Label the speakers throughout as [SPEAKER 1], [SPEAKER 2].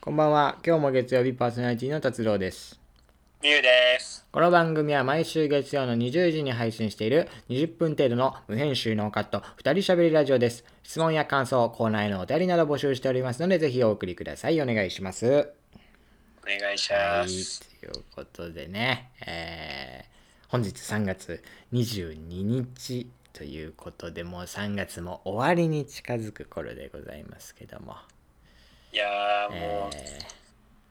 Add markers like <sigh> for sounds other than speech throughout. [SPEAKER 1] こんばんは。今日も月曜日パーソナリティの達郎です。
[SPEAKER 2] ミュウです。
[SPEAKER 1] この番組は毎週月曜の20時に配信している20分程度の無編集ノーカット2人しゃべりラジオです。質問や感想、コーナーへのお便りなど募集しておりますので、ぜひお送りください。お願いします。
[SPEAKER 2] お願いし
[SPEAKER 1] は
[SPEAKER 2] ま
[SPEAKER 1] い、
[SPEAKER 2] す。
[SPEAKER 1] ということでね、えー本日3月22日ということで、もう3月も終わりに近づく頃でございますけども、
[SPEAKER 2] い、やー
[SPEAKER 1] え
[SPEAKER 2] もう、
[SPEAKER 1] ー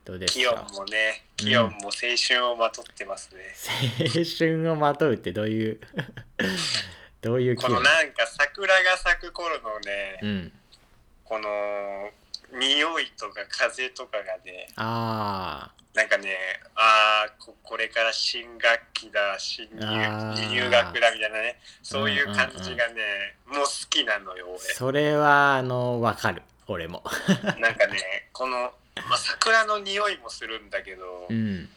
[SPEAKER 1] どうです
[SPEAKER 2] 気温
[SPEAKER 1] か
[SPEAKER 2] もね、
[SPEAKER 1] うん
[SPEAKER 2] 気温も青春をまとってますね。
[SPEAKER 1] 青春をまとうってどういう <laughs> どういう気
[SPEAKER 2] この
[SPEAKER 1] 分
[SPEAKER 2] なんか桜が咲く頃のね、
[SPEAKER 1] うん
[SPEAKER 2] この匂いとか風とかがね、
[SPEAKER 1] あ
[SPEAKER 2] なんかね、あーこ、これから新学期だ、新入
[SPEAKER 1] あー
[SPEAKER 2] 入学だみたいなね、そういう感じがね、もう好きなのよ、
[SPEAKER 1] あ
[SPEAKER 2] 俺。
[SPEAKER 1] それはあのわかる俺も
[SPEAKER 2] なんかね、この、まあ、桜の匂いもするんだけど、
[SPEAKER 1] うん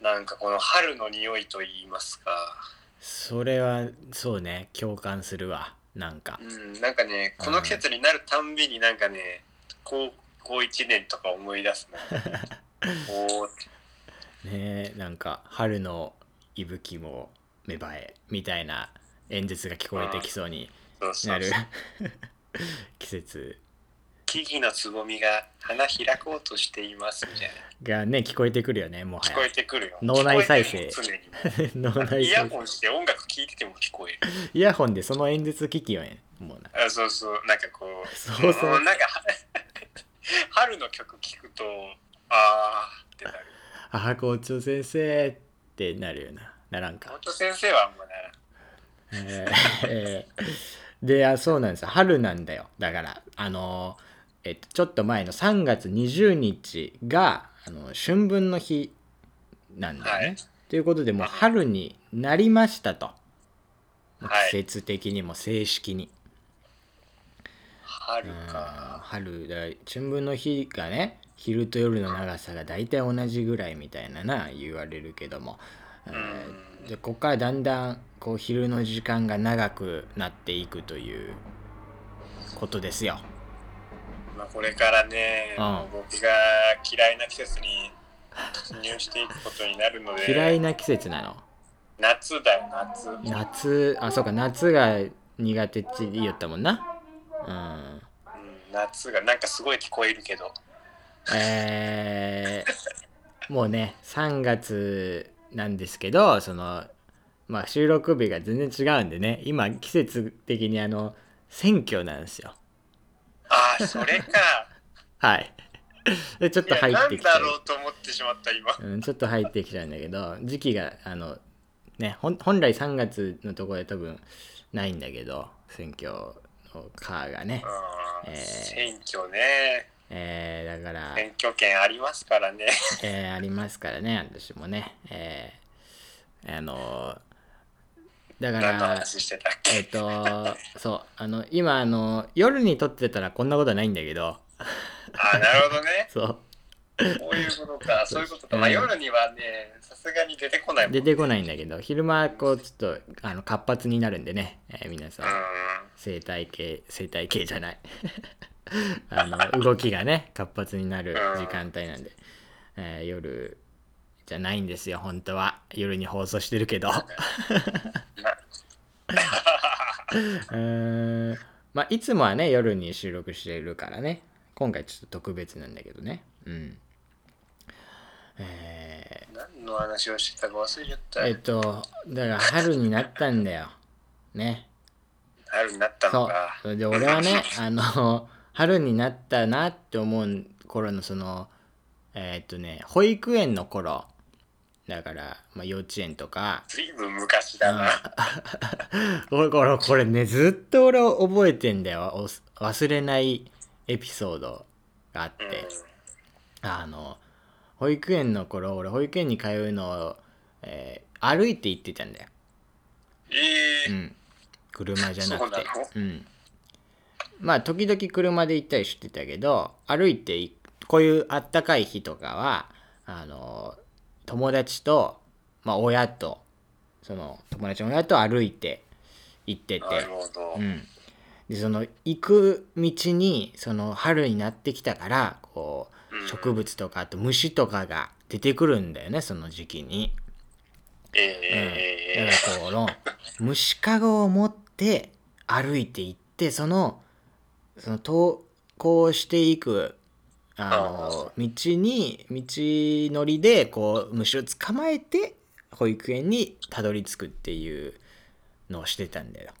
[SPEAKER 2] なんかこの春の匂いと言いますか。
[SPEAKER 1] それはそうね共感するわなんか
[SPEAKER 2] うん、なんかね、この季節になるたんびになんかね、高校1年とか思い
[SPEAKER 1] <laughs>
[SPEAKER 2] 出すな。おー
[SPEAKER 1] ねえなんか春の息吹も芽生えみたいな演説が聞こえてきそうに
[SPEAKER 2] そうそ
[SPEAKER 1] な
[SPEAKER 2] う
[SPEAKER 1] る
[SPEAKER 2] そう
[SPEAKER 1] <laughs> 季節
[SPEAKER 2] 木々のつぼみが花開こうとしていますみたい
[SPEAKER 1] がね聞こえてくるよねもは
[SPEAKER 2] な。聞
[SPEAKER 1] や
[SPEAKER 2] こえてくるよ。
[SPEAKER 1] 脳内再生
[SPEAKER 2] 聞こえてるよ
[SPEAKER 1] 脳内
[SPEAKER 2] 常に。イヤ
[SPEAKER 1] 再
[SPEAKER 2] ホ
[SPEAKER 1] 生
[SPEAKER 2] ンして音楽聴いてても聞こえる。
[SPEAKER 1] イヤホンでその演説聞きよねもうな
[SPEAKER 2] あそうそう、なんかこう、
[SPEAKER 1] そうそうん
[SPEAKER 2] なんか <laughs> 春の曲聴くと、あーってなる。
[SPEAKER 1] ああ校長先生ってなるよなならん
[SPEAKER 2] 本
[SPEAKER 1] か、
[SPEAKER 2] 当先生はあんまならん
[SPEAKER 1] えーえーであそうなんですよ春なんだよだからあのーえっとちょっと前の3月20日があの春分の日なんだよね、
[SPEAKER 2] はい
[SPEAKER 1] ということでもう春になりましたと、
[SPEAKER 2] はい
[SPEAKER 1] 季節的にも正式に
[SPEAKER 2] 春
[SPEAKER 1] うん
[SPEAKER 2] か。
[SPEAKER 1] 春だから春分の日がね昼と夜の長さが大体同じぐらいみたいなな言われるけども、えーでここからだんだんこう昼の時間が長くなっていくということですよ。
[SPEAKER 2] まあ、これからね、
[SPEAKER 1] うん
[SPEAKER 2] もう僕が嫌いな季節に突入していくことになるので、
[SPEAKER 1] 嫌いな季節なの
[SPEAKER 2] 夏だよ、夏。うん、
[SPEAKER 1] 夏あそうか夏が苦手って言ったもんな。うん
[SPEAKER 2] 夏がなんかすごい聞こえるけど、
[SPEAKER 1] えーもうね3月なんですけどその、まあ、収録日が全然違うんでね今季節的にあの選挙なんですよ
[SPEAKER 2] ああ、それ
[SPEAKER 1] <laughs>
[SPEAKER 2] か。
[SPEAKER 1] はいでちょっ
[SPEAKER 2] い
[SPEAKER 1] と
[SPEAKER 2] や、
[SPEAKER 1] 入
[SPEAKER 2] な
[SPEAKER 1] っ
[SPEAKER 2] ん
[SPEAKER 1] てきちゃ
[SPEAKER 2] だ
[SPEAKER 1] う
[SPEAKER 2] ろうと思ってしまった、今。
[SPEAKER 1] うん、ちょっと入ってきちゃうんだけど時期があのねほん本来3月のところで多分ないんだけど選挙のカーがね、
[SPEAKER 2] うん
[SPEAKER 1] えー
[SPEAKER 2] 選挙ね、
[SPEAKER 1] えーだから
[SPEAKER 2] 選挙権ありますからね。
[SPEAKER 1] えーありますからね私もね、えーあのーだか
[SPEAKER 2] 何
[SPEAKER 1] ら
[SPEAKER 2] の話してたっ
[SPEAKER 1] えっ、
[SPEAKER 2] け
[SPEAKER 1] とそうあの今あの夜に撮ってたらこんなことはないんだけど
[SPEAKER 2] ああ、なるほどね。
[SPEAKER 1] そう
[SPEAKER 2] こういうこ
[SPEAKER 1] <laughs>
[SPEAKER 2] とか、そういうことか。まあ、
[SPEAKER 1] うん
[SPEAKER 2] 夜にはね、さすがに出てこないもん。
[SPEAKER 1] 出てこないんだけど昼間こうちょっとあの活発になるんでね、えー皆さ
[SPEAKER 2] うん
[SPEAKER 1] ん生態系生態系じゃない <laughs> あの動きがね活発になる時間帯なんで、えー夜じゃないんですよ本当は夜に放送してるけど。 <laughs>
[SPEAKER 2] な
[SPEAKER 1] うーんまあいつもはね夜に収録してるからね今回ちょっと特別なんだけどねうんえ
[SPEAKER 2] 何の話をしてたか忘れちゃっ
[SPEAKER 1] ー
[SPEAKER 2] た。
[SPEAKER 1] えっとだから春になったんだよね
[SPEAKER 2] 春になった
[SPEAKER 1] そ
[SPEAKER 2] の
[SPEAKER 1] う
[SPEAKER 2] か。
[SPEAKER 1] それで俺はね <laughs> あの春になったなって思う頃のそのえーっとね保育園の頃だから、まあ、幼稚園とか
[SPEAKER 2] ずいぶん昔だな。
[SPEAKER 1] 俺これこれねずっと俺覚えてんだよおす忘れないエピソードがあっ
[SPEAKER 2] うん
[SPEAKER 1] て、あの保育園の頃俺保育園に通うのを、えー歩いて行ってたんだよ、
[SPEAKER 2] え
[SPEAKER 1] う
[SPEAKER 2] ー
[SPEAKER 1] ん、車じゃな
[SPEAKER 2] そう
[SPEAKER 1] く
[SPEAKER 2] な
[SPEAKER 1] て
[SPEAKER 2] の
[SPEAKER 1] うんまあ時々車で行ったりしてたけど歩いていこういうあったかい日とかはあの友達と、まあ、親とその友達の親と歩いて行ってて
[SPEAKER 2] なるほど。
[SPEAKER 1] うん、でその行く道にその春になってきたからこう植物とかあと虫とかが出てくるんだよねその時期に。
[SPEAKER 2] ええ
[SPEAKER 1] うん、
[SPEAKER 2] ええ
[SPEAKER 1] だからこの虫かごを持って歩いていってそのその登校していくあの道に道のりでこう虫を捕まえて保育園にたどり着くっていうのをしてたんだよ。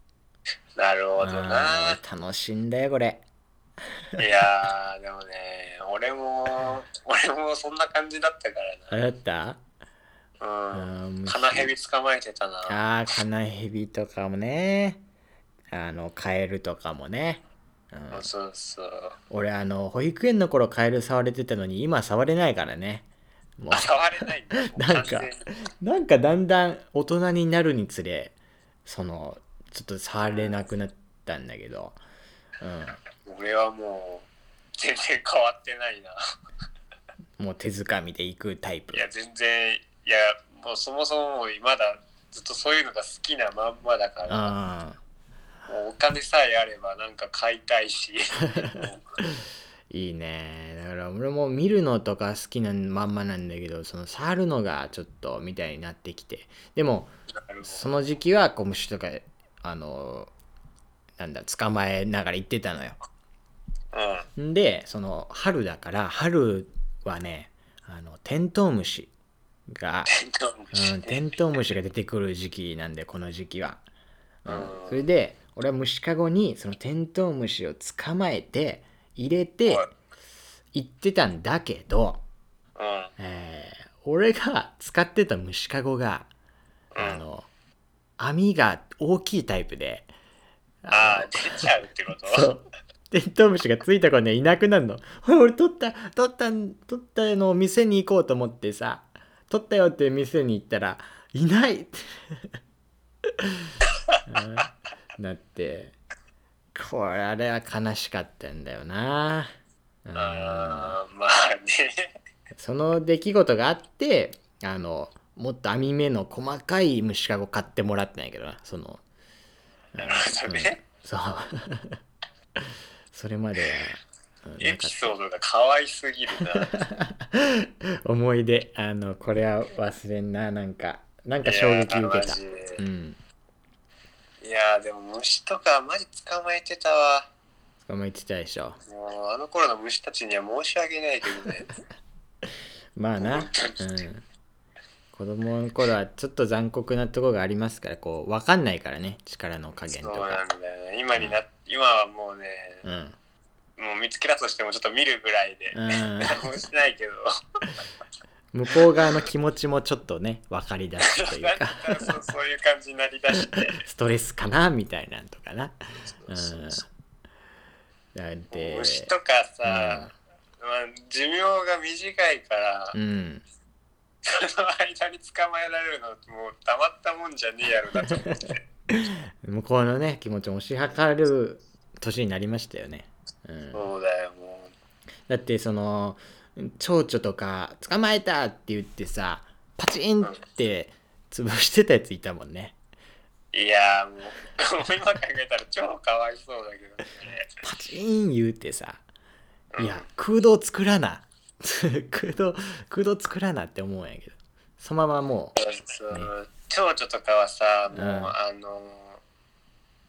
[SPEAKER 2] なるほどな。
[SPEAKER 1] うん楽しいんだよこれ。
[SPEAKER 2] いやー、でもね、俺も、俺もそんな感じだったか
[SPEAKER 1] あれだった
[SPEAKER 2] ら
[SPEAKER 1] う
[SPEAKER 2] な。うん。
[SPEAKER 1] ん
[SPEAKER 2] カナヘビ捕まえてたな。
[SPEAKER 1] ああ、カナヘビとかもね。あの、カエルとかもね。うん、
[SPEAKER 2] そうそう。
[SPEAKER 1] 俺、あの、保育園の頃カエル触れてたのに、今触れないからね。も
[SPEAKER 2] あ触れないんだ。も
[SPEAKER 1] <laughs>
[SPEAKER 2] う
[SPEAKER 1] なんか
[SPEAKER 2] 完全に
[SPEAKER 1] う、なんかだんだん大人になるにつれ、その、ちょっと触れなくなったんだけど。
[SPEAKER 2] 俺はもう、全然変わってないな。
[SPEAKER 1] うん。もう手づかみで行くタイプ
[SPEAKER 2] い。や、全然、いや、もうそもそももうまだ、ずっとそういうのが好きなまんまだから。
[SPEAKER 1] ああ、
[SPEAKER 2] もうお金さえあればなんか買いたい
[SPEAKER 1] <laughs>
[SPEAKER 2] し
[SPEAKER 1] いいね。だから俺も見るのとか好きなまんまなんだけど、その触るのがちょっとみたいになってきて。でも、
[SPEAKER 2] なる
[SPEAKER 1] その時期はこう虫とかあのなんだ捕まえながら行ってたのよ
[SPEAKER 2] ほどうん
[SPEAKER 1] んでその春だから春はねあのテントウムシが、
[SPEAKER 2] テントウムシ
[SPEAKER 1] うん、テントウムシが出てくる時期なんでこの時期は、うん
[SPEAKER 2] うん、
[SPEAKER 1] それで俺は虫かごにそのテントウムシを捕まえて入れて
[SPEAKER 2] はい
[SPEAKER 1] 行ってたんだけど、
[SPEAKER 2] うん
[SPEAKER 1] えー俺が使ってた虫かごが
[SPEAKER 2] うん
[SPEAKER 1] あの網が大きいタイプで
[SPEAKER 2] ああ出ちゃうってこと
[SPEAKER 1] そうテントウムシがついた頃にはいなくなるの <laughs> 「おい俺取った取った取ったのを店に行こうと思ってさ取ったよって店に行ったらいないって <laughs> うんなってこれあれは悲しかったんだよな、うん
[SPEAKER 2] あーまあね
[SPEAKER 1] その出来事があってあのもっと網目の細かい虫かご買ってもらったんやけどなその
[SPEAKER 2] なるほどね
[SPEAKER 1] そう <laughs> それまではうんな
[SPEAKER 2] エ
[SPEAKER 1] んか
[SPEAKER 2] ピソードが可愛すぎるな
[SPEAKER 1] 思い出あのこれは忘れんななんかなんか
[SPEAKER 2] い
[SPEAKER 1] 衝
[SPEAKER 2] や
[SPEAKER 1] 撃受けた
[SPEAKER 2] マジで
[SPEAKER 1] うん
[SPEAKER 2] いやーでも虫とかマジ捕まえてたわ
[SPEAKER 1] 捕まえてたでしょ
[SPEAKER 2] もうあの頃の虫たちには申し訳ないけどね
[SPEAKER 1] まあな、うん、子供の頃はちょっと残酷なとこがありますからこう分かんないからね力の加減と
[SPEAKER 2] そうな
[SPEAKER 1] か
[SPEAKER 2] んだよね今にな今はもうね、
[SPEAKER 1] うん
[SPEAKER 2] もう見つけたとしてもちょっと見るぐらいで、
[SPEAKER 1] うん
[SPEAKER 2] 何もしないけど
[SPEAKER 1] 向こう側の気持ちもちょっとね分かりだすと
[SPEAKER 2] <laughs>
[SPEAKER 1] いうか
[SPEAKER 2] なんかそうそういう感じになりだして。
[SPEAKER 1] ストレスかなみたいなんとかな。う
[SPEAKER 2] そ
[SPEAKER 1] ん
[SPEAKER 2] うそ
[SPEAKER 1] なんで
[SPEAKER 2] 虫とかさ、まあ、寿命が短いから、
[SPEAKER 1] うん
[SPEAKER 2] その間に捕まえられるのもうたまったもんじゃねえや
[SPEAKER 1] <laughs>
[SPEAKER 2] ろなと思って。
[SPEAKER 1] 向こうのね気持ちを推し量る年になりましたよね。うん、
[SPEAKER 2] そうだよ、も
[SPEAKER 1] だってその蝶々とか捕まえたって言ってさパチンって潰してたやついたもんね。
[SPEAKER 2] う。いやーもう、今考えたら超かわいそうだけどね。
[SPEAKER 1] パチン言うてさいや空洞作らな <laughs> 空洞空洞作らなって思うんやけどそのままもう
[SPEAKER 2] そうそう蝶々とかはさ、もう、
[SPEAKER 1] うん
[SPEAKER 2] あの、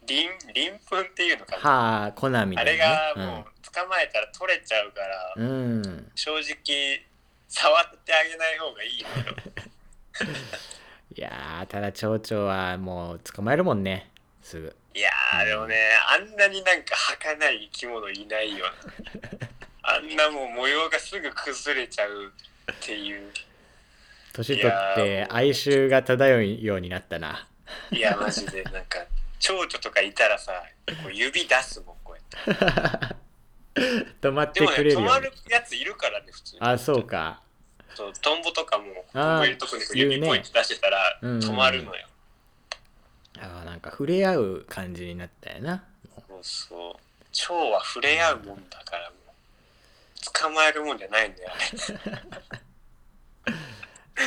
[SPEAKER 2] 鱗鱗粉っていうのかな。
[SPEAKER 1] はあコナミ
[SPEAKER 2] あ
[SPEAKER 1] だ
[SPEAKER 2] れ
[SPEAKER 1] ね
[SPEAKER 2] がもう捕まえたら取れちゃうから、
[SPEAKER 1] うん、うん、
[SPEAKER 2] 正直触ってあげない方がいいけど
[SPEAKER 1] いやーただ蝶々はもう捕まえるもんねすぐ
[SPEAKER 2] いやーでもねあんなになんか儚い生き物いないよな
[SPEAKER 1] <laughs>
[SPEAKER 2] あんなもう模様がすぐ崩れちゃうっていう
[SPEAKER 1] 年取っ
[SPEAKER 2] い
[SPEAKER 1] て
[SPEAKER 2] やー
[SPEAKER 1] 哀愁が漂うようになったない
[SPEAKER 2] やマジでなんか蝶々とかいたらさこう指出すもんこうやって
[SPEAKER 1] 止まって
[SPEAKER 2] でも
[SPEAKER 1] くれ
[SPEAKER 2] ね
[SPEAKER 1] るよ、
[SPEAKER 2] 止ま
[SPEAKER 1] ね
[SPEAKER 2] る、やついるからね普通に
[SPEAKER 1] あそうか
[SPEAKER 2] そうトンボとかもこ
[SPEAKER 1] あー
[SPEAKER 2] こいるとこにこう
[SPEAKER 1] 言う
[SPEAKER 2] 指
[SPEAKER 1] ね
[SPEAKER 2] ポイって出してたら
[SPEAKER 1] うん
[SPEAKER 2] 止まるのよ、
[SPEAKER 1] あーなんか触れ合う感じになったよな
[SPEAKER 2] そうそう蝶は触れ合うもんだからもう捕まえるもんじゃないんだよあれ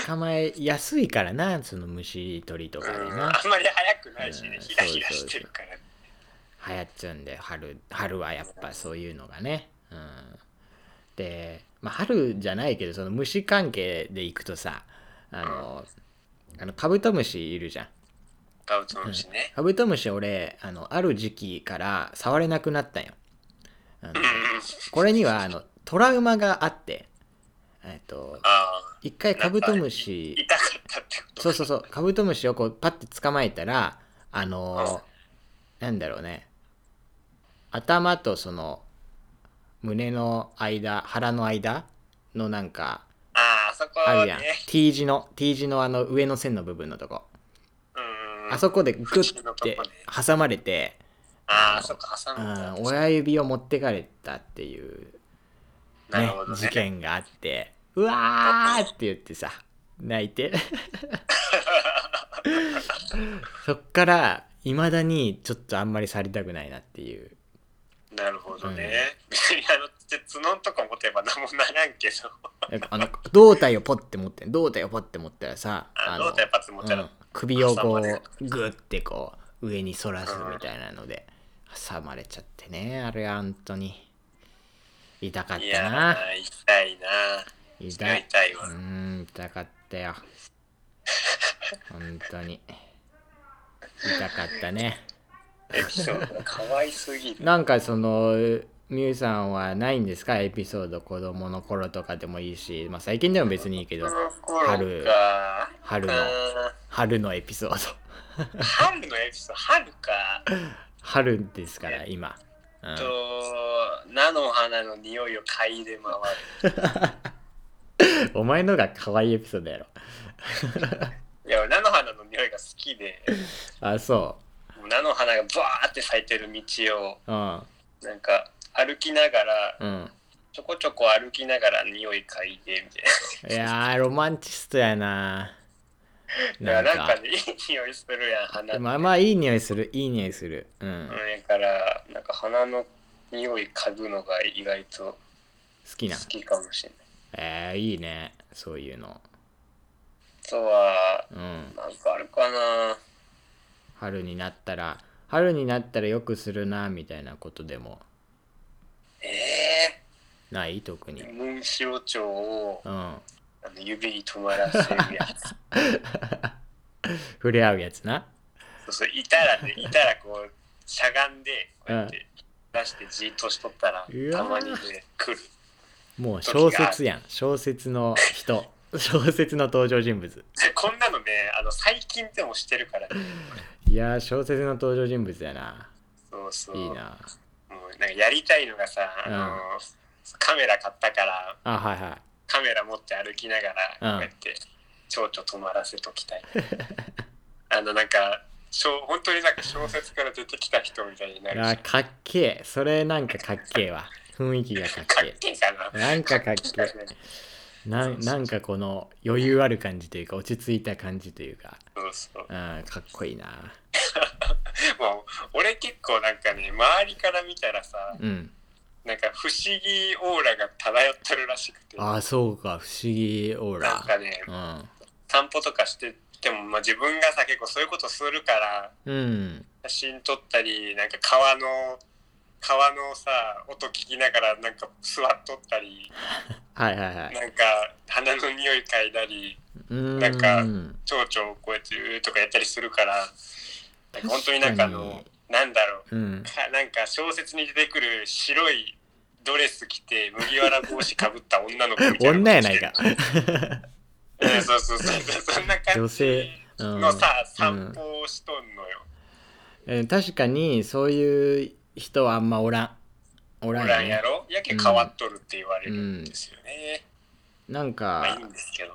[SPEAKER 1] 捕まえやすいからなその虫取りとかで
[SPEAKER 2] うん
[SPEAKER 1] な
[SPEAKER 2] あんまり早くないしね、
[SPEAKER 1] うん
[SPEAKER 2] ひらひらしてるから、
[SPEAKER 1] 流行っちゃうんで春春はやっぱそういうのがね、うん、でまあ、春じゃないけどその虫関係で行くとさあのあのカブトムシいるじゃん
[SPEAKER 2] カブトムシね。
[SPEAKER 1] カブトムシ俺あのある時期から触れなくなったんよあの
[SPEAKER 2] うんうん。
[SPEAKER 1] これにはあのトラウマがあってえっと
[SPEAKER 2] ああ、
[SPEAKER 1] 一回カブトムシ
[SPEAKER 2] 痛かったってこと
[SPEAKER 1] そうそうそうカブトムシをこうパッて捕まえたらあ
[SPEAKER 2] うん
[SPEAKER 1] のー、なんだろうね頭とその胸の間腹の間のなんか
[SPEAKER 2] ああ、そこ
[SPEAKER 1] ある
[SPEAKER 2] ね
[SPEAKER 1] やん。T 字の T 字のあの上の線の部分のとこ、
[SPEAKER 2] うん。
[SPEAKER 1] あそこでグ
[SPEAKER 2] 縁
[SPEAKER 1] ッ
[SPEAKER 2] のと
[SPEAKER 1] て
[SPEAKER 2] こね
[SPEAKER 1] 挟まれて、
[SPEAKER 2] ああ、そこ挟
[SPEAKER 1] う
[SPEAKER 2] むんだ
[SPEAKER 1] ん、親指を持ってかれたっていう、
[SPEAKER 2] な
[SPEAKER 1] ね
[SPEAKER 2] るほどね。
[SPEAKER 1] 事件があってうわーって言ってさ泣い
[SPEAKER 2] <laughs>
[SPEAKER 1] てそっからいまだにちょっとあんまりされたくないなっていう
[SPEAKER 2] なるほどね。別にあの、角のとこ持てば何もならんけど、
[SPEAKER 1] なんかあの胴体をポッて持って胴体をポッて持ったらさ
[SPEAKER 2] あ
[SPEAKER 1] の
[SPEAKER 2] の、やっぱ持て
[SPEAKER 1] うん
[SPEAKER 2] ら、
[SPEAKER 1] 首をこ
[SPEAKER 2] 挟まれる
[SPEAKER 1] うグッてこう上に反らすみたいなので挟まれちゃってねあれは本当に痛かっ
[SPEAKER 2] い
[SPEAKER 1] た
[SPEAKER 2] や
[SPEAKER 1] な
[SPEAKER 2] ー、痛いな。それ
[SPEAKER 1] 痛
[SPEAKER 2] はい痛いうわ。
[SPEAKER 1] ーん、痛かったよ。本当に。痛かったね。
[SPEAKER 2] エピソードがかわいすぎる。
[SPEAKER 1] なんかその、ミュウさんはないんですかエピソード子供の頃とかでもいいし、まあ最近でも別にいいけど
[SPEAKER 2] そ、の頃か。
[SPEAKER 1] 春の
[SPEAKER 2] うん
[SPEAKER 1] 春のエピソード。
[SPEAKER 2] 春のエピソード、春か。
[SPEAKER 1] 春ですから、今。うん
[SPEAKER 2] と、菜の花の匂いを嗅いで回る。
[SPEAKER 1] お前のが可愛いエピソードやろ。
[SPEAKER 2] いや、菜の花の匂いが好きで、
[SPEAKER 1] あ、そ
[SPEAKER 2] 菜の花がバーって咲いてる道を、
[SPEAKER 1] う。うん。
[SPEAKER 2] なんか、歩きながら、
[SPEAKER 1] うん。
[SPEAKER 2] ちょこちょこ歩きながら匂い嗅いでみたい
[SPEAKER 1] いやー、ロマンチストやな。
[SPEAKER 2] な。だからなんかね、いい匂いするやん、花って。
[SPEAKER 1] まあまあいい匂いするいい匂いするうん好
[SPEAKER 2] うんだから、なんか花の匂い嗅ぐのが意外と
[SPEAKER 1] きな
[SPEAKER 2] 好きかもしれない。
[SPEAKER 1] えー、いいねそういうの
[SPEAKER 2] あとは、
[SPEAKER 1] うん
[SPEAKER 2] なんかあるかな。
[SPEAKER 1] 春になったら春になったらよくするなみたいなことでも
[SPEAKER 2] え
[SPEAKER 1] ない特に
[SPEAKER 2] ー、ムンシロチョウを
[SPEAKER 1] うん
[SPEAKER 2] あの指に止まらせるやつ。
[SPEAKER 1] 触れ合うやつな
[SPEAKER 2] そうそう、いたら
[SPEAKER 1] <laughs>
[SPEAKER 2] ね、いたらこう、しゃがんで、こうやって出してじーっとしとったら、
[SPEAKER 1] うわー
[SPEAKER 2] たまにね、来る。 <laughs>
[SPEAKER 1] もう小説やん小説の人 <laughs> 小説の登場人物
[SPEAKER 2] こんなのね、あの最近でもしてるからね。
[SPEAKER 1] いやー小説の登場人物やな
[SPEAKER 2] そうそう。
[SPEAKER 1] いいな
[SPEAKER 2] もうなんかやりたいのがさ、あのカメラ買ったから、
[SPEAKER 1] あはいはい
[SPEAKER 2] カメラ持って歩きながら、
[SPEAKER 1] う
[SPEAKER 2] こ
[SPEAKER 1] ん
[SPEAKER 2] うやって、蝶々止まらせときたい。 <laughs> あの、なんか、小本当になんか小説から出てきた人みたいになる
[SPEAKER 1] あーかっけえそれなんかかっけえわ雰囲気がかっ
[SPEAKER 2] かっ
[SPEAKER 1] け
[SPEAKER 2] けえかな
[SPEAKER 1] え。なんかかっけえな
[SPEAKER 2] そうそ
[SPEAKER 1] ん
[SPEAKER 2] う
[SPEAKER 1] なんかこの余裕ある感じというか落ち着いた感じというか、
[SPEAKER 2] そうそう
[SPEAKER 1] うん、かっこいいな
[SPEAKER 2] もう俺結構なんかね周りから見たらさ
[SPEAKER 1] うん
[SPEAKER 2] なんか不思議オーラが漂ってるらしくて
[SPEAKER 1] ああそうか不思議オー
[SPEAKER 2] な
[SPEAKER 1] ラ
[SPEAKER 2] んかね散歩とかしてても、まあ、自分がさ結構そういうことするから
[SPEAKER 1] うん、うん、
[SPEAKER 2] 写真撮ったりなんか川の川のさ音聞きながらなんか座っとったり
[SPEAKER 1] はいはいはい
[SPEAKER 2] なんか花の匂い嗅いだり
[SPEAKER 1] うーん
[SPEAKER 2] なんか蝶々をこうやってうーとかやったりするからなんか本当になんかあの
[SPEAKER 1] 確か
[SPEAKER 2] なんだろう
[SPEAKER 1] うん
[SPEAKER 2] かなんか小説に出てくる白いドレス着て麦わら帽子かぶった女の子みたいな
[SPEAKER 1] <laughs> 女やないか
[SPEAKER 2] うんそうそうそうそうそんな感
[SPEAKER 1] 女性
[SPEAKER 2] じ
[SPEAKER 1] うん
[SPEAKER 2] のさ、
[SPEAKER 1] うん
[SPEAKER 2] 散歩をしとんのよ
[SPEAKER 1] えー確かにそういう人はあんまおらんお
[SPEAKER 2] ほ
[SPEAKER 1] らん
[SPEAKER 2] ら
[SPEAKER 1] よ
[SPEAKER 2] や
[SPEAKER 1] ね
[SPEAKER 2] ろやけ変わっとるって言われるんですよね、
[SPEAKER 1] なん
[SPEAKER 2] まあ
[SPEAKER 1] か
[SPEAKER 2] いいんですけど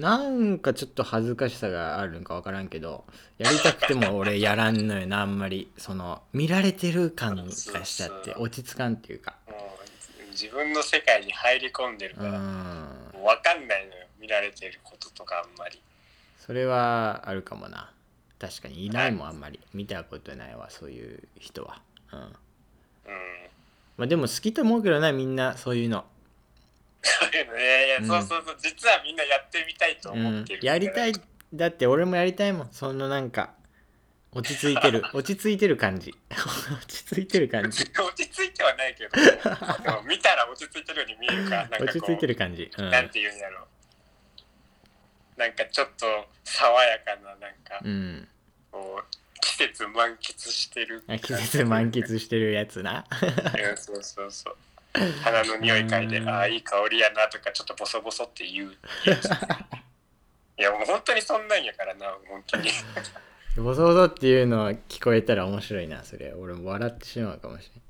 [SPEAKER 1] なんかちょっと恥ずかしさがあるんかわからんけどやりたくても俺やらんのよなあんまりその見られてる感がしちゃって落ち着かんっていうか
[SPEAKER 2] もう自分の世界に入り込んでる
[SPEAKER 1] う
[SPEAKER 2] から、も
[SPEAKER 1] ん
[SPEAKER 2] う分かんないのよ見られてることとかあんまり
[SPEAKER 1] それはあるかもな確かにいないもんあんまり見たことないわそういう人はうん
[SPEAKER 2] うん <laughs>
[SPEAKER 1] まあでも好きと思うけどなみんなそういうの、
[SPEAKER 2] そういうのねいや、
[SPEAKER 1] うん
[SPEAKER 2] そうそうそう実はみんなやってみたいと
[SPEAKER 1] う
[SPEAKER 2] 思っ
[SPEAKER 1] ん
[SPEAKER 2] てる、から
[SPEAKER 1] やりたいだって俺もやりたいもんそのなんか落ち着い <laughs> てる落ち着いてる感じ <laughs> 落ち着いてる感じ
[SPEAKER 2] <laughs> 落ち着いてはない
[SPEAKER 1] <laughs>
[SPEAKER 2] けどでも見たら落ち着いてるように見えるからなんかこう
[SPEAKER 1] 落ち着いてる感じ、うん、
[SPEAKER 2] なんていうんやろうなんかちょっと爽やかななんか
[SPEAKER 1] うん
[SPEAKER 2] こう季節満喫してる
[SPEAKER 1] あ季節満喫してるやつな
[SPEAKER 2] うんそうそうそう花の匂い嗅いで
[SPEAKER 1] う
[SPEAKER 2] 「
[SPEAKER 1] ん
[SPEAKER 2] ああいい香りやな」とかちょっとボソボソって言うやついやもう本当にそんなんやからな本当に
[SPEAKER 1] ボソボソっていうのは聞こえたら面白いなそれ俺も笑ってしまうかもしれ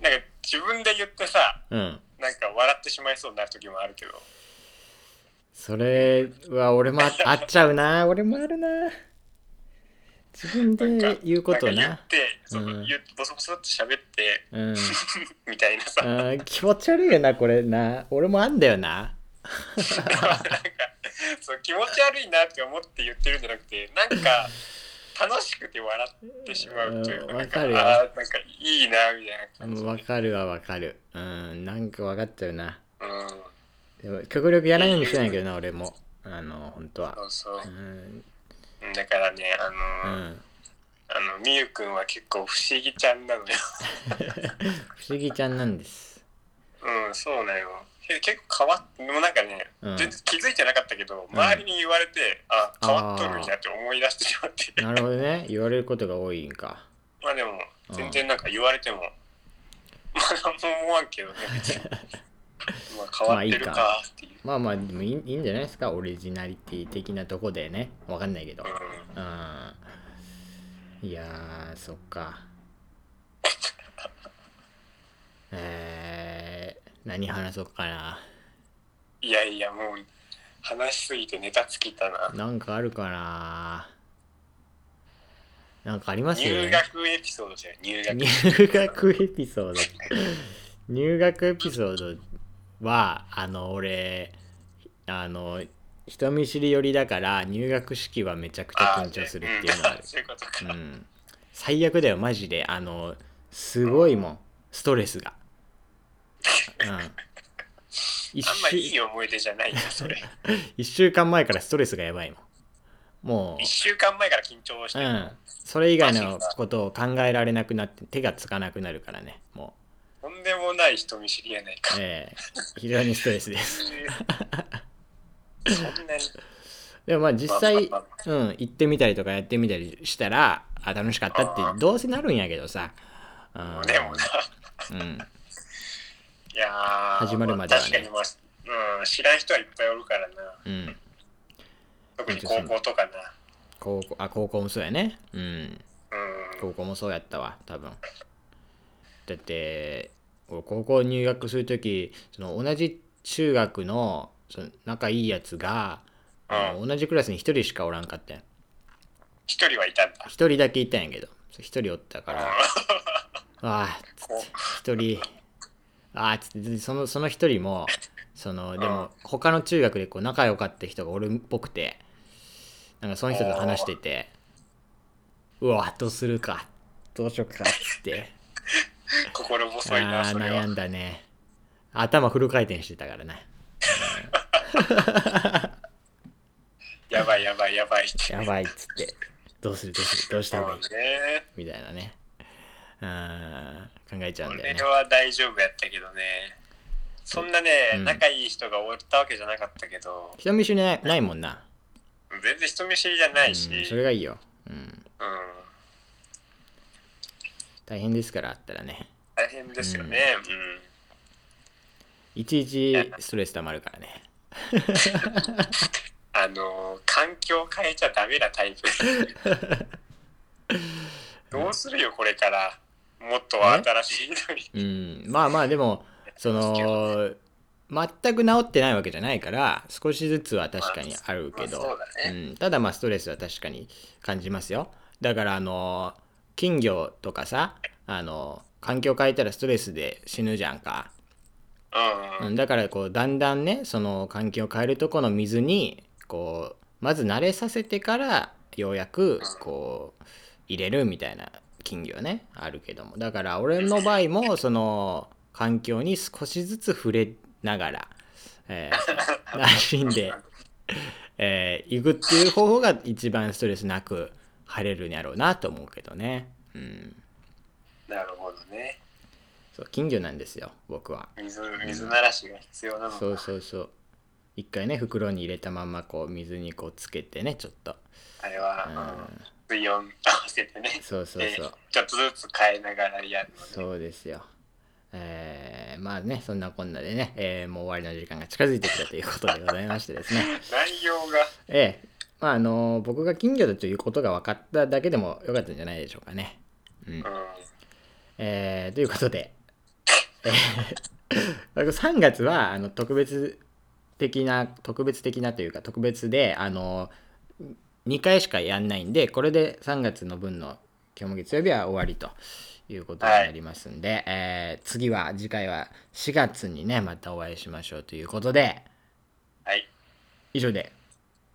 [SPEAKER 2] なんか自分で言ってさ
[SPEAKER 1] ないうん
[SPEAKER 2] なんか笑ってしまいそうになる時もあるけど
[SPEAKER 1] それは俺もああっちゃうな俺もあるな自分
[SPEAKER 2] なんか
[SPEAKER 1] で言うこと
[SPEAKER 2] んか言
[SPEAKER 1] な
[SPEAKER 2] ってそう
[SPEAKER 1] うん
[SPEAKER 2] 言ってボソボソって喋って
[SPEAKER 1] うん
[SPEAKER 2] <laughs> みたいなさ
[SPEAKER 1] あ
[SPEAKER 2] なんか
[SPEAKER 1] ー気持ち悪いよなこれな俺もあんだよな
[SPEAKER 2] そう気持ち悪いなって思って言ってるんじゃなくてなんか楽しくて笑ってしまうという
[SPEAKER 1] う
[SPEAKER 2] か
[SPEAKER 1] ん
[SPEAKER 2] なんか
[SPEAKER 1] わかるよ
[SPEAKER 2] あーなんかいいなみたいな感じで
[SPEAKER 1] わかるはわかるうんなんかわかっちゃうな
[SPEAKER 2] うん
[SPEAKER 1] でも極力やらないようにしてないけどな俺もあの本当は
[SPEAKER 2] そうそう
[SPEAKER 1] うん
[SPEAKER 2] だからねあ
[SPEAKER 1] う
[SPEAKER 2] のー
[SPEAKER 1] ん
[SPEAKER 2] あのみゆくんは結構不思議ちゃんなのよ <laughs>
[SPEAKER 1] 不思議ちゃんなんです
[SPEAKER 2] うんそうなよけ結構変わっでもなんかね、
[SPEAKER 1] うん
[SPEAKER 2] 全然気づいてなかったけど
[SPEAKER 1] うん
[SPEAKER 2] 周りに言われて、あ変わっとるんやって思い出してしまって
[SPEAKER 1] なるほどね言われることが多いんか
[SPEAKER 2] まあでも全然なんか言われても、まあ何も思わんけ
[SPEAKER 1] <laughs>
[SPEAKER 2] どね別にまあ変わってる
[SPEAKER 1] ま
[SPEAKER 2] かっていう、
[SPEAKER 1] まあまあでもいいいいんじゃないですかオリジナリティ的なとこでねわかんないけど
[SPEAKER 2] うん
[SPEAKER 1] うんいやーそっかえー、何話そうかない
[SPEAKER 2] やいやもう話しすぎてネタ尽きたな
[SPEAKER 1] なんかあるかななんかありますよ
[SPEAKER 2] 入
[SPEAKER 1] ね
[SPEAKER 2] 学エピソードじゃん入学
[SPEAKER 1] 入学エピソード入学エピソードはあの俺あの人見知り寄りだから入学式はめちゃくちゃ緊張するっていうのがあ
[SPEAKER 2] あー
[SPEAKER 1] る
[SPEAKER 2] うん <laughs> そういうことか、
[SPEAKER 1] うん、最悪だよマジであのすごいもんストレスが、うん、一
[SPEAKER 2] あんまいい
[SPEAKER 1] 週
[SPEAKER 2] 思い出じゃないよ
[SPEAKER 1] <laughs>
[SPEAKER 2] それ
[SPEAKER 1] 一週間前からストレスがやばいもんも
[SPEAKER 2] 一週間前から緊張して
[SPEAKER 1] う、う
[SPEAKER 2] る、
[SPEAKER 1] ん、それ以外のことを考えられなくなって手がつかなくなるからねも
[SPEAKER 2] とんでもない人見知りやないか
[SPEAKER 1] う、、ええ非常にストレスです <laughs>
[SPEAKER 2] そんなに
[SPEAKER 1] でもまあ実際、
[SPEAKER 2] まあま
[SPEAKER 1] うん、行ってみたりとかやってみたりしたらあ楽しかった
[SPEAKER 2] あ
[SPEAKER 1] ってどうせなるんやけどさ、うん
[SPEAKER 2] でもな
[SPEAKER 1] うん、
[SPEAKER 2] いやー
[SPEAKER 1] 始まるまではね
[SPEAKER 2] 確かに、まあうん、知らん人はいっぱいおるからな
[SPEAKER 1] うん、
[SPEAKER 2] 特に高校とか
[SPEAKER 1] 高校あ高校もそうやねうん
[SPEAKER 2] なうん
[SPEAKER 1] 高校もそうやったわ多分だって俺高校入学する時その同じ中学のその仲いいやつが、あの同じクラスに1人しかおらんかったん
[SPEAKER 2] 一人はいたんだ
[SPEAKER 1] 1人だけいたんやけど1人おったからああつって1人ああつってでそのその1人もそので
[SPEAKER 2] うん
[SPEAKER 1] も他の中学でこう仲良かった人がおるっぽくてなんかその人と話しててうわどうするかどうしようかっつって。
[SPEAKER 2] <laughs> 心細い
[SPEAKER 1] あ
[SPEAKER 2] な
[SPEAKER 1] あー
[SPEAKER 2] それ
[SPEAKER 1] 悩
[SPEAKER 2] は
[SPEAKER 1] んだね頭フル回転してたからね
[SPEAKER 2] やばいやばいやばいって
[SPEAKER 1] やばいっつ
[SPEAKER 2] <laughs>
[SPEAKER 1] ってどうするどうするどうした
[SPEAKER 2] そう
[SPEAKER 1] 方がいい
[SPEAKER 2] ね
[SPEAKER 1] みたいなねうん考えちゃうんだよ
[SPEAKER 2] 俺
[SPEAKER 1] ね
[SPEAKER 2] は大丈夫やったけどねそんなね、
[SPEAKER 1] うん
[SPEAKER 2] 仲いい人がおったわけじゃなかったけど
[SPEAKER 1] 人見知りないないもんな、
[SPEAKER 2] 全然人見知りじゃな
[SPEAKER 1] うん、
[SPEAKER 2] いし、
[SPEAKER 1] それがいいよ、うん、
[SPEAKER 2] うん
[SPEAKER 1] 大変ですからあったらね
[SPEAKER 2] 大変ですよね、うん
[SPEAKER 1] いちいちストレス溜まるからね
[SPEAKER 2] あのー環境変えちゃダメなタ
[SPEAKER 1] <laughs>
[SPEAKER 2] イプどうするよこれからもっと新しいのに
[SPEAKER 1] うんまあまあでもその全く治ってないわけじゃないから少しずつは確かにあるけど、
[SPEAKER 2] まあそうだ
[SPEAKER 1] うん、ただまあストレスは確かに感じますよだからあの金魚とかさあの環境変えたらストレスで死ぬじゃんか、
[SPEAKER 2] うん、
[SPEAKER 1] う
[SPEAKER 2] うん
[SPEAKER 1] ん、だからこうだんだんねその環境を変えるとこの水にこうまず慣れさせてからようやくこう入れるみたいな金魚ねあるけどもだから俺の場合もその環境に少しずつ触れながら、えー馴染んでえー行くっていう方法が一番ストレスなく晴れるんやろうなと思うけどね。うん。
[SPEAKER 2] なるほどね。
[SPEAKER 1] そう、近所なんですよ、僕は。
[SPEAKER 2] 水、水ならしが必要なのか。
[SPEAKER 1] そうそうそう。一回ね、袋に入れたまんまこう水にこうつけてね、ちょっと。
[SPEAKER 2] あれ
[SPEAKER 1] う
[SPEAKER 2] は、うん
[SPEAKER 1] ん、
[SPEAKER 2] 水温合わせてね。
[SPEAKER 1] そうそうそう
[SPEAKER 2] でちょっとずつ変えながらやるのね。
[SPEAKER 1] そうですよ。えー、まあね、そんなこんなでね、えーもう終わりの時間が近づいてきたということでございましてですね。 <laughs>
[SPEAKER 2] 内容が、
[SPEAKER 1] ええまああの僕が金魚だということが分かっただけでもよかったんじゃないでしょうかね。うん
[SPEAKER 2] う
[SPEAKER 1] えーということで、えー3月はあの特別的な特別的なというか特別であの2回しかやんないんでこれで3月の分の今日も月曜日は終わりということになりますんで、えー次は次回は4月にねまたお会いしましょうということで
[SPEAKER 2] ん。はい。
[SPEAKER 1] 以上で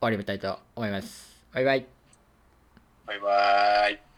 [SPEAKER 1] 終わりたいと思います。バイバイ
[SPEAKER 2] バイバーイ。